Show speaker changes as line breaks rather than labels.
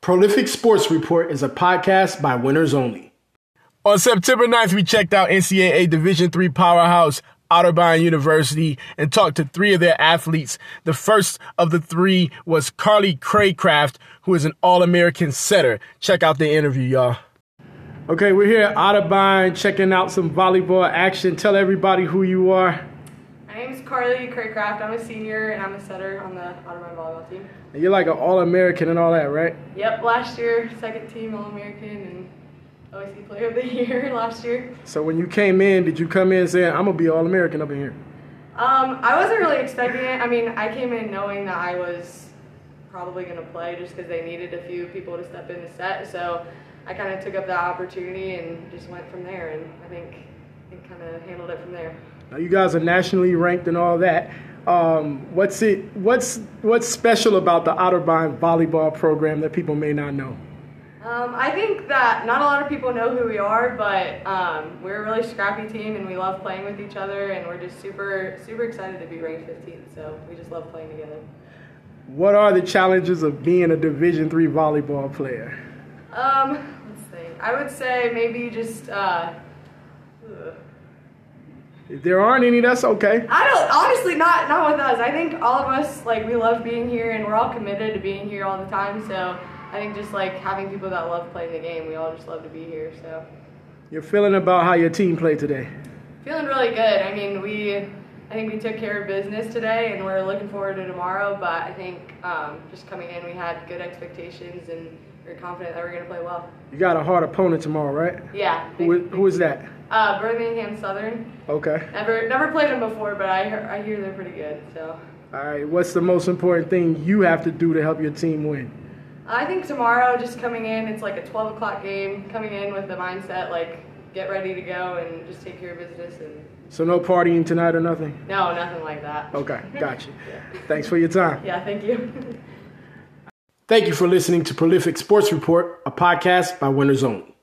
Prolific Sports Report is a podcast by winners only.
On September 9th, we checked out NCAA Division III powerhouse Otterbein University and talked to three of their athletes. The first of the three was Carly Craycraft, who is an All American setter. Check out the interview, y'all.
Okay, we're here at Otterbein checking out some volleyball action. Tell everybody who you are.
My name is Carly Craycraft. I'm a senior and I'm a setter on the Otterbein volleyball team.
And You're like an All American and all that, right?
Yep, last year, second team All American and OIC Player of the Year last year.
So when you came in, did you come in saying, I'm going to be All American up in here?
Um, I wasn't really expecting it. I mean, I came in knowing that I was probably going to play just because they needed a few people to step in the set. So I kind of took up that opportunity and just went from there. And I think it kind of handled it from there.
Now you guys are nationally ranked and all that. Um, what's it? What's what's special about the Otterbein volleyball program that people may not know?
Um, I think that not a lot of people know who we are, but um, we're a really scrappy team and we love playing with each other and we're just super, super excited to be ranked 15th. So we just love playing together.
What are the challenges of being a Division three volleyball player?
Um, let's see. I would say maybe just. Uh, ugh.
If there aren't any, that's okay.
I don't honestly not not with us. I think all of us like we love being here and we're all committed to being here all the time. So I think just like having people that love playing the game, we all just love to be here. So
You're feeling about how your team played today.
feeling really good. I mean, we I think we took care of business today, and we're looking forward to tomorrow. But I think um, just coming in, we had good expectations, and we are confident that we're gonna play well.
You got a hard opponent tomorrow, right?
Yeah.
Who is, who is that?
Uh, Birmingham Southern.
Okay.
Never never played them before, but I hear, I hear they're pretty good. So.
All right. What's the most important thing you have to do to help your team win?
I think tomorrow, just coming in, it's like a 12 o'clock game. Coming in with the mindset, like, get ready to go and just take care of business. And
So no partying tonight or nothing.
no, nothing like that.
Okay, gotcha. Thanks for your time.
Yeah, thank you.
Thank you for listening to Prolific Sports Report, a podcast by Winners Only.